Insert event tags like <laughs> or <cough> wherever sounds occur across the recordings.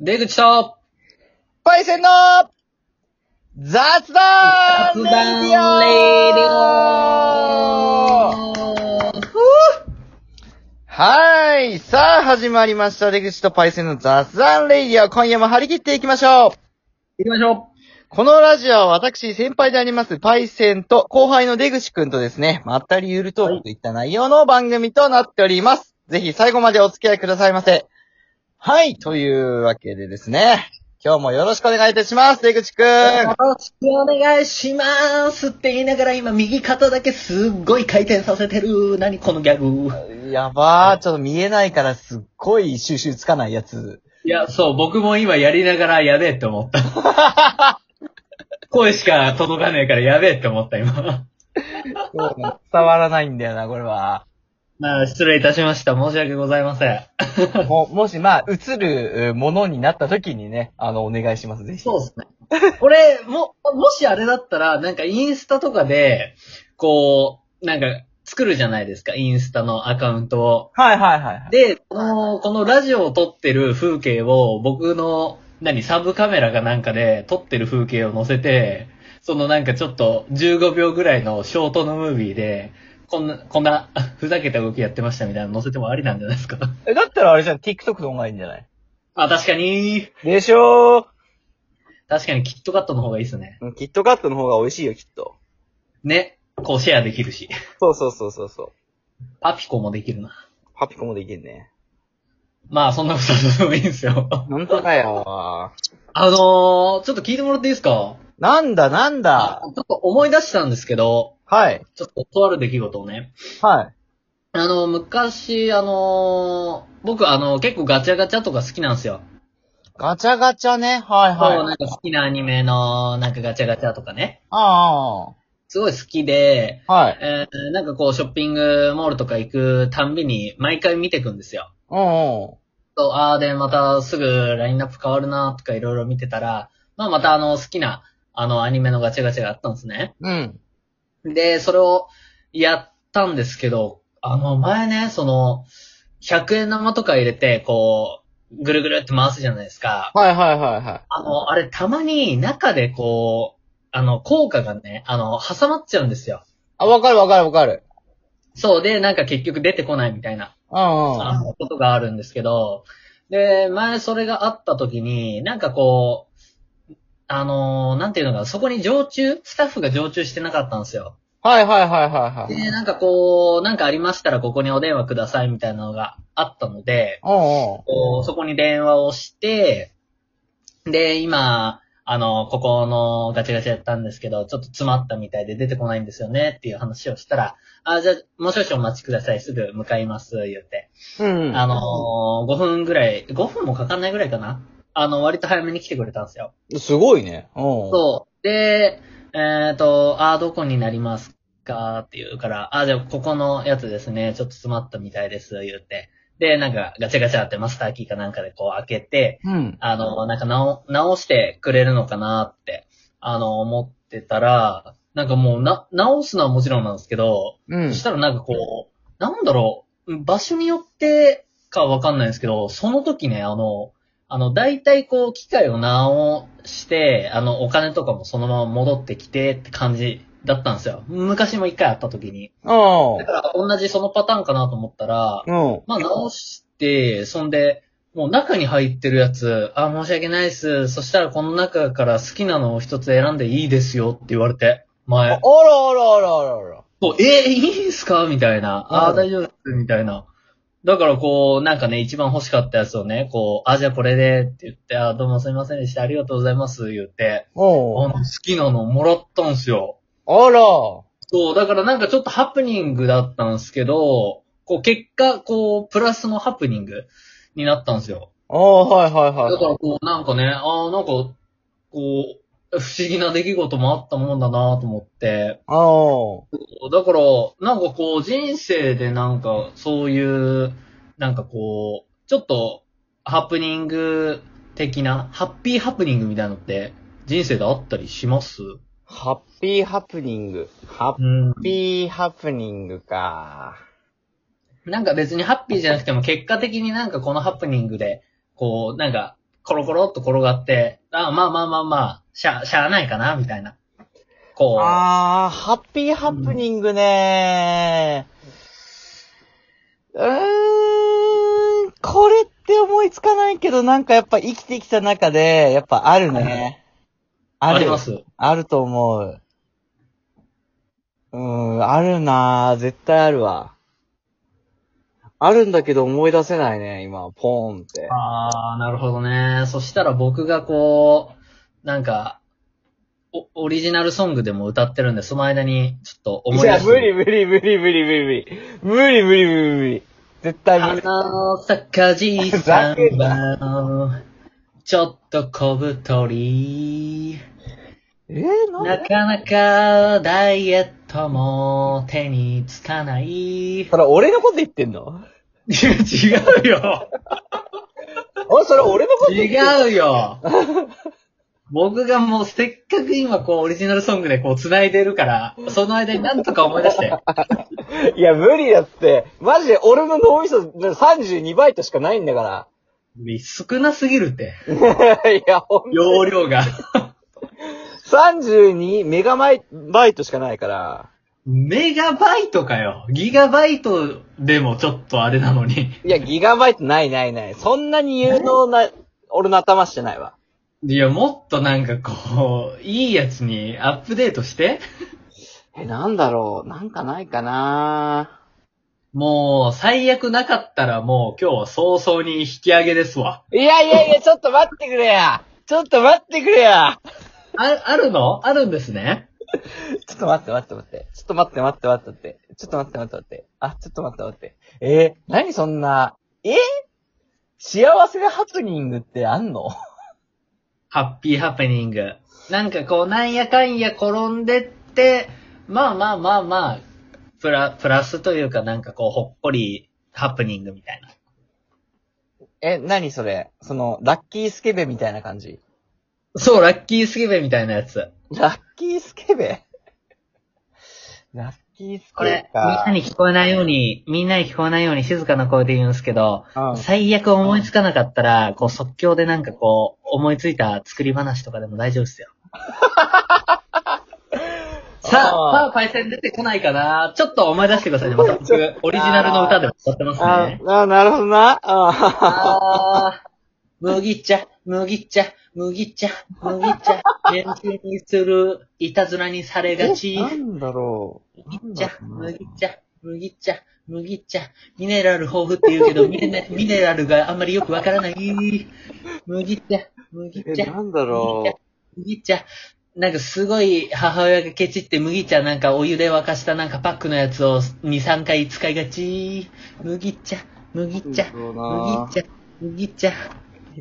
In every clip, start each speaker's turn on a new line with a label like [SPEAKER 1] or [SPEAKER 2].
[SPEAKER 1] 出口と、
[SPEAKER 2] パイセンの雑談
[SPEAKER 1] 雑談レディオふぅ
[SPEAKER 2] はい。さあ、始まりました。出口とパイセンの雑談レディオ。今夜も張り切っていきましょう。
[SPEAKER 1] 行きましょ
[SPEAKER 2] このラジオは私、先輩であります、パイセンと、後輩の出口くんとですね、まったりゆるトークといった内容の番組となっております。ぜひ最後までお付き合いくださいませ。はい。というわけでですね、今日もよろしくお願いいたします、出口く
[SPEAKER 1] う。
[SPEAKER 2] ん
[SPEAKER 1] よ。ろしくお願いしますって言いながら今右肩だけすっごい回転させてる。何このギャグ。
[SPEAKER 2] やばー、ちょっと見えないからすっごい収集つかないやつ。
[SPEAKER 1] いや、そう、僕も今やりながらやべえって思った。声しか届かねえからやべえって思った今。
[SPEAKER 2] そうね伝わらないんだよな、これは。
[SPEAKER 1] まあ、失礼いたしました。申し訳ございません。
[SPEAKER 2] も、もしまあ、映るものになった時にね、あの、お願いします、ぜひ。
[SPEAKER 1] そうですね。これ、も、もしあれだったら、なんかインスタとかで、こう、なんか作るじゃないですか、インスタのアカウントを。
[SPEAKER 2] はいはいはいはい。
[SPEAKER 1] で、この、このラジオを撮ってる風景を、僕の、何、サブカメラかなんかで撮ってる風景を載せて、そのなんかちょっと15秒ぐらいのショートのムービーで、こんな、こんな、 <laughs> ふざけた動きやってましたみたいなの載せてもありなんじゃないですか。 <laughs>
[SPEAKER 2] え、だったらあれじゃん、TikTok の方がいいんじゃない
[SPEAKER 1] あ、確かに。
[SPEAKER 2] でしょー。
[SPEAKER 1] 確かにキットカットの方がいいですね。
[SPEAKER 2] うんキットカットの方が美味しいよ、きっと。
[SPEAKER 1] ね。こうシェアできるし。
[SPEAKER 2] そうそうそうそうそう。
[SPEAKER 1] パピコもできるな。
[SPEAKER 2] パピコもできるね。
[SPEAKER 1] まあ、そんなことはどうでもいいんですよ。 <laughs>
[SPEAKER 2] ほんとかよ
[SPEAKER 1] あのー、ちょっと聞いてもらっていいですか
[SPEAKER 2] なんだなんだ。
[SPEAKER 1] ちょっと思い出したんですけど、
[SPEAKER 2] はい。
[SPEAKER 1] ちょっととある出来事をね。
[SPEAKER 2] はい。
[SPEAKER 1] あの、昔、あのー、僕、あの、結構ガチャガチャとか好きなんですよ。
[SPEAKER 2] ガチャガチャね。はい
[SPEAKER 1] そう、な
[SPEAKER 2] はい。
[SPEAKER 1] んか好きなアニメの、なんかガチャガチャとかね。
[SPEAKER 2] あ
[SPEAKER 1] すごい好きで、
[SPEAKER 2] あ。はい。
[SPEAKER 1] えー、なんかこう、ショッピングモールとか行くたんびに、毎回見てくんですよ。
[SPEAKER 2] うんうん。
[SPEAKER 1] そう、ああ、で、またすぐラインナップ変わるなとかいろいろ見てたら、まあまたあの、好きな、あの、アニメのガチャガチャがあったんですね。
[SPEAKER 2] うん。
[SPEAKER 1] で、それをやったんですけど、あの、前ね、その、100円玉とか入れて、こう、ぐるぐるって回すじゃないですか。
[SPEAKER 2] はいはいはいはい。
[SPEAKER 1] あの、あれ、たまに中でこう、あの、効果がね、あの、挟まっちゃうんですよ。
[SPEAKER 2] あ、わかるわかるわかる。
[SPEAKER 1] そうで、なんか結局出てこないみたいな、あ
[SPEAKER 2] うんうん。
[SPEAKER 1] の、ことがあるんですけど、で、前それがあった時に、なんかこう、あの、なんていうのかな、そこに常駐、スタッフが常駐してなかったんですよ。
[SPEAKER 2] はいはいはいはいはい。
[SPEAKER 1] で、なんかこう、なんかありましたらここにお電話くださいみたいなのがあったので、
[SPEAKER 2] うんうん。
[SPEAKER 1] こうそこに電話をして、で、今、あの、ここのガチャガチャやったんですけど、ちょっと詰まったみたいで出てこないんですよねっていう話をしたら、あ、じゃあ、もう少々お待ちください。すぐ向かいます、言って。
[SPEAKER 2] うん
[SPEAKER 1] あのー、5分ぐらい、5分もかかんないぐらいかな。あの、割と早めに来てくれたんですよ。
[SPEAKER 2] すごいね。うん。そ
[SPEAKER 1] そう。で、えっ、と、あー、どこになりますかって言うから、あー、じゃあ、ここのやつですね、ちょっと詰まったみたいです、言って。で、なんか、ガチャガチャってマスターキーかなんかでこう開けて、
[SPEAKER 2] う。うん。
[SPEAKER 1] あの、なんか直、直してくれるのかなって、あの、思ってたら、なんかもうな、直すのはもちろんなんですけど、
[SPEAKER 2] うん
[SPEAKER 1] そし。たらなんかこう、なんだろう、場所によってかわかんないんですけど、その時ね、あの、あの、大体こう、機械を直して、あの、お金とかもそのまま戻ってきてって感じだったんですよ。昔も一回あった時に。
[SPEAKER 2] うん
[SPEAKER 1] だから、同じそのパターンかなと思ったら、
[SPEAKER 2] うん。
[SPEAKER 1] まあ、直して、そんで、もう中に入ってるやつ、あ、申し訳ないっす。そしたらこの中から好きなのを一つ選んでいいですよって言われて、
[SPEAKER 2] あ
[SPEAKER 1] 前
[SPEAKER 2] ら。あらあらあらあら。
[SPEAKER 1] そう、えー、いいんすかみたいな。あ
[SPEAKER 2] う
[SPEAKER 1] ー
[SPEAKER 2] ん
[SPEAKER 1] 大丈夫です。みたいな。だからこう、なんかね、一番欲しかったやつをね、こう、あ、じゃあこれで、って言って、あー、どうもすいませんでした。ありがとうございます。言って、あ
[SPEAKER 2] う
[SPEAKER 1] の、好きなのもらったんすよ。
[SPEAKER 2] ん。あら。
[SPEAKER 1] そう、だからなんかちょっとハプニングだったんすけど、こう、結果、こう、プラスのハプニングになったんすよ。
[SPEAKER 2] ああ、はいはいはい。
[SPEAKER 1] だからこう、なんかね、あー、なんか、こう、不思議な出来事もあったもんだなと思って、
[SPEAKER 2] ああ。
[SPEAKER 1] だから、なんかこう、人生でなんか、そういう、なんかこう、ちょっと、ハプニング的な、ハッピーハプニングみたいなのって、人生であったりします
[SPEAKER 2] ハッピーハプニング。ハ
[SPEAKER 1] ん。
[SPEAKER 2] ッピーハプニングか。
[SPEAKER 1] なんか別にハッピーじゃなくても、結果的になんかこのハプニングで、こう、なんか、コロコロっと転がって、あまあまあまあまあ、しゃ、しゃあないかな、みたいな。こう、
[SPEAKER 2] あー、ハッピーハプニングねー。うーん、これって思いつかないけど、なんかやっぱ生きてきた中で、やっぱあるね。ある。
[SPEAKER 1] あります。
[SPEAKER 2] あると思う。うーん、あるなー絶対あるわ。あるんだけど思い出せないね、今、ポーンって。
[SPEAKER 1] ああ、なるほどね。そしたら僕がこう、なんか、おオリジナルソングでも歌ってるんで、その間に、ちょっと思い
[SPEAKER 2] い
[SPEAKER 1] 出
[SPEAKER 2] や、
[SPEAKER 1] して。
[SPEAKER 2] 無理無理無理無理無理無理。無理無理無理無理。絶対無理。
[SPEAKER 1] 花の坂じいさんは、ちょっと小太り。
[SPEAKER 2] えー、なん
[SPEAKER 1] な
[SPEAKER 2] で
[SPEAKER 1] かなかダイエットも手につか
[SPEAKER 2] <laughs>
[SPEAKER 1] ない。い
[SPEAKER 2] それ俺のこと言ってんの
[SPEAKER 1] や、違うよ。
[SPEAKER 2] あ、それ俺のこと言ってんの
[SPEAKER 1] 違うよ。僕がもうせっかく今こうオリジナルソングでこう繋いでるから、その間になんとか思い出して。
[SPEAKER 2] いや、無理だって。マジで俺の脳みそ32バイトしかないんだか
[SPEAKER 1] 少なすぎるって。
[SPEAKER 2] ら。 <laughs> いや、ほんと
[SPEAKER 1] 容量が。
[SPEAKER 2] 32メガマイバイトしかないから。
[SPEAKER 1] メガバイトかよ。ギガバイトでもちょっとあれなのに。
[SPEAKER 2] いや、ギガバイトないないない。そんなに有能な、俺の頭してないわ。
[SPEAKER 1] いや、もっとなんかこう、いいやつにアップデートして。
[SPEAKER 2] え、なんだろう。なんかないかな
[SPEAKER 1] もう、最悪なかったらもう今日は早々に引き上げですわ。
[SPEAKER 2] いやいやいや、ちょっと待ってくれや。ちょっと待ってくれや。
[SPEAKER 1] あ、あるのあるんですね。
[SPEAKER 2] ちょっと待って待って待って。ちょっと待って待って待って待って。ちょっと待って待って待って。あ、ちょっと待って待って。えー、何そんな、え幸せハプニングってあんの
[SPEAKER 1] ハッピーハプニング。なんかこう、なんやかんや転んでって、まあまあまあまあ、プラ、プラスというかなんかこう、ほっこりハプニングみたいな。
[SPEAKER 2] え、何それその、ラッキースケベみたいな感じ。
[SPEAKER 1] そう、ラッキースケベみたいなやつ。
[SPEAKER 2] ラッキースケベラッキースケベ
[SPEAKER 1] これ、みん
[SPEAKER 2] か
[SPEAKER 1] なに聞こえないように、みんなに聞こえないように静かな声で言うんですけど、
[SPEAKER 2] うん
[SPEAKER 1] 最悪思いつかなかったら、こう即興でなんかこう、思いついた作り話とかでも大丈夫ですよ。さあ、
[SPEAKER 2] あー
[SPEAKER 1] さあ、パイセン出てこないかなちょっと思い出してくださいね。また僕、オリジナルの歌でも歌ってますね。
[SPEAKER 2] あ、あなるほどな。あ
[SPEAKER 1] あー麦茶、麦茶、麦茶、麦茶、レンチンにする、いたずらにされがち。
[SPEAKER 2] なんだろう。
[SPEAKER 1] 麦茶、麦茶、麦茶、麦茶、ミネラル豊富って言うけ
[SPEAKER 2] <laughs>
[SPEAKER 1] ど、ミネミネラルがあんまりよくわからない。麦茶、麦
[SPEAKER 2] え、
[SPEAKER 1] 茶、
[SPEAKER 2] なんだろう。
[SPEAKER 1] 麦茶。なんかすごい母親がケチって麦茶なんかお湯で沸かしたなんかパックのやつを2、3回使いがち。麦茶、麦茶、
[SPEAKER 2] 麦
[SPEAKER 1] 麦茶、麦茶。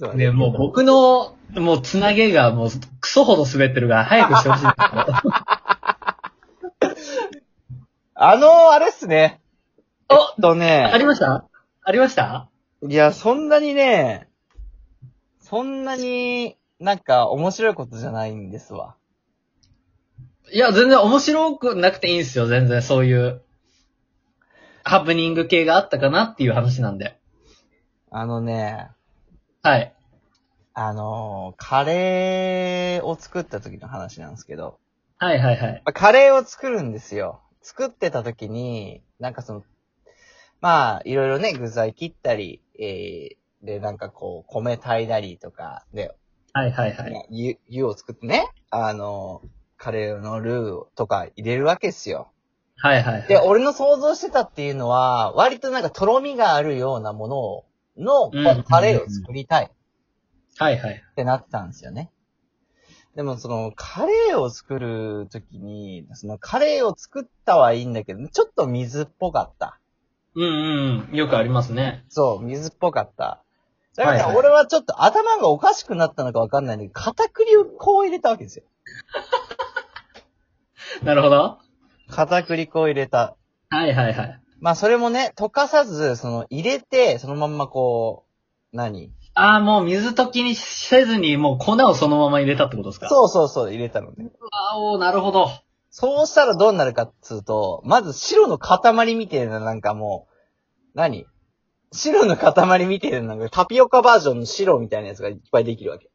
[SPEAKER 2] 茶
[SPEAKER 1] ね、もう僕の、もうつなげがもうクソほど滑ってるから早くしてほしいんですけど。
[SPEAKER 2] あの、あれっすね。
[SPEAKER 1] <laughs> お
[SPEAKER 2] えっと
[SPEAKER 1] あり
[SPEAKER 2] ね、
[SPEAKER 1] ましたありました
[SPEAKER 2] いや、そんなにね、そんなになんか面白いことじゃないんですわ。
[SPEAKER 1] いや、全然面白くなくていいんですよ、全然そういう。ハプニング系があったかなっていう話なんで。
[SPEAKER 2] あのね、
[SPEAKER 1] はい。
[SPEAKER 2] あの、カレーを作った時の話なんですけど、
[SPEAKER 1] はいはいはい。
[SPEAKER 2] まあカレーを作るんですよ。作ってた時に、なんかその、まあ、いろいろね、具材切ったり、えー、で、なんかこう、米炊いたりとか、で、
[SPEAKER 1] はいはいはい。
[SPEAKER 2] ね湯湯を作ってね、あの、カレーのルーとか入れるわけですよ。
[SPEAKER 1] はいはいはい。
[SPEAKER 2] で、俺の想像してたっていうのは、割となんかとろみがあるようなものを、
[SPEAKER 1] う
[SPEAKER 2] の
[SPEAKER 1] んうんうん
[SPEAKER 2] カレーを作りたい
[SPEAKER 1] はいはい。
[SPEAKER 2] ってなってたんですよね。でもその、カレーを作るときに、そのカレーを作ったはいいんだけど、ちょっと水っぽかった。
[SPEAKER 1] うんうん。よくありますね。
[SPEAKER 2] そう、水っぽかった。だか
[SPEAKER 1] はいは
[SPEAKER 2] ら
[SPEAKER 1] い
[SPEAKER 2] 俺はちょっと頭がおかしくなったのかわかんないんだけど、片栗をこう入れたわけですよ。
[SPEAKER 1] なるほど。
[SPEAKER 2] 片栗粉を入れた。
[SPEAKER 1] はいはいはい。
[SPEAKER 2] まあそれもね、溶かさず、その入れて、そのまんまこう、何
[SPEAKER 1] ああ、もう水溶きにせずに、もう粉をそのまま入れたってことですかう。
[SPEAKER 2] そうそうそう、入れたのね。
[SPEAKER 1] あおーなるほど。
[SPEAKER 2] そうしたらどうなるかっつうと、まず白の塊みたいななんかもう、何白の塊みたいなのが、タピオカバージョンの白みたいなやつがいっぱいできるわけ。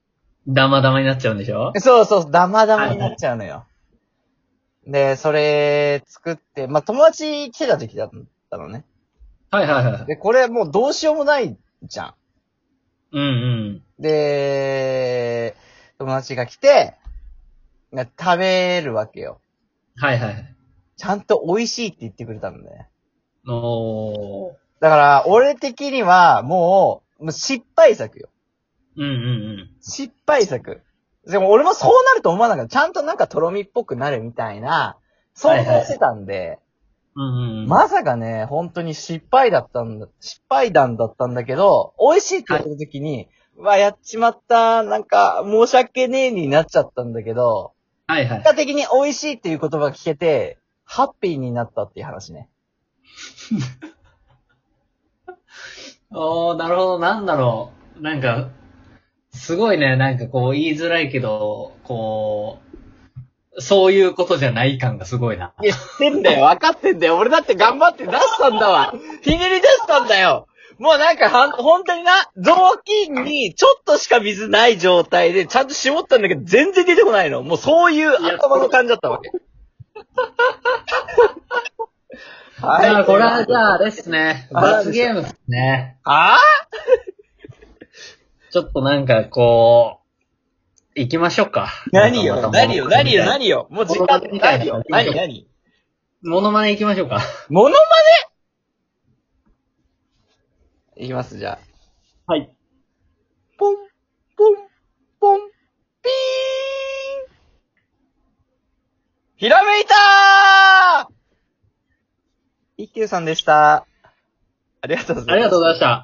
[SPEAKER 1] ダマダマになっちゃうんでしょ
[SPEAKER 2] そうそう、ダマダマになっちゃうのよ。で、それ作って、まあ、友達来てた時だったのね。
[SPEAKER 1] はいはいはい。
[SPEAKER 2] で、これもうどうしようもないじゃん。
[SPEAKER 1] うんうん。
[SPEAKER 2] で、友達が来て、な食べるわけよ。
[SPEAKER 1] はいはい。
[SPEAKER 2] ちゃんと美味しいって言ってくれたのね。
[SPEAKER 1] おー。
[SPEAKER 2] だから、俺的には、もう、もう失敗作よ。
[SPEAKER 1] うんうん
[SPEAKER 2] 失敗作。でも俺もそうなると思わなかった。ちゃんとなんかとろみっぽくなるみたいな、想像してたんで、
[SPEAKER 1] うん。うんうん。
[SPEAKER 2] まさかね、本当に失敗だったんだ、失敗談だったんだけど、美味しいって言った時に、うわ、やっちまった、なんか、申し訳ねえになっちゃったんだけど、
[SPEAKER 1] はいはい
[SPEAKER 2] 結。果的に美味しいっていう言葉が聞けて、ハッピーになったっていう話ね。
[SPEAKER 1] おー、なるほど、なんだろう。なんか、すごいね、なんかこう、言いづらいけど、こう、そういうことじゃない感がすごいな。
[SPEAKER 2] いや、知ってんだよ。分かってんだよ。俺だって頑張って出したんだわ。ひねり出したんだよ。もうなんかはん、本当にな、雑巾にちょっとしか水ない状態で、ちゃんと絞ったんだけど、全然出てこないの。もうそういう頭の感じだったわけ。
[SPEAKER 1] じゃ
[SPEAKER 2] は
[SPEAKER 1] あ、これは、じゃあ、あれっすね。罰ゲームっすね。
[SPEAKER 2] あ
[SPEAKER 1] ちょっとなんか、こう、行きましょうか。
[SPEAKER 2] 何
[SPEAKER 1] なん
[SPEAKER 2] よ
[SPEAKER 1] かまた
[SPEAKER 2] 何よ何よ何よもう時間ないよ。何何
[SPEAKER 1] モノマネ行きましょうか。
[SPEAKER 2] モノマネいきます、じゃあ。
[SPEAKER 1] はい。
[SPEAKER 2] ポン、ポン、ポン、ピーンひらめいたー一休さんでした。ありがとうございます。
[SPEAKER 1] ありがとうございました。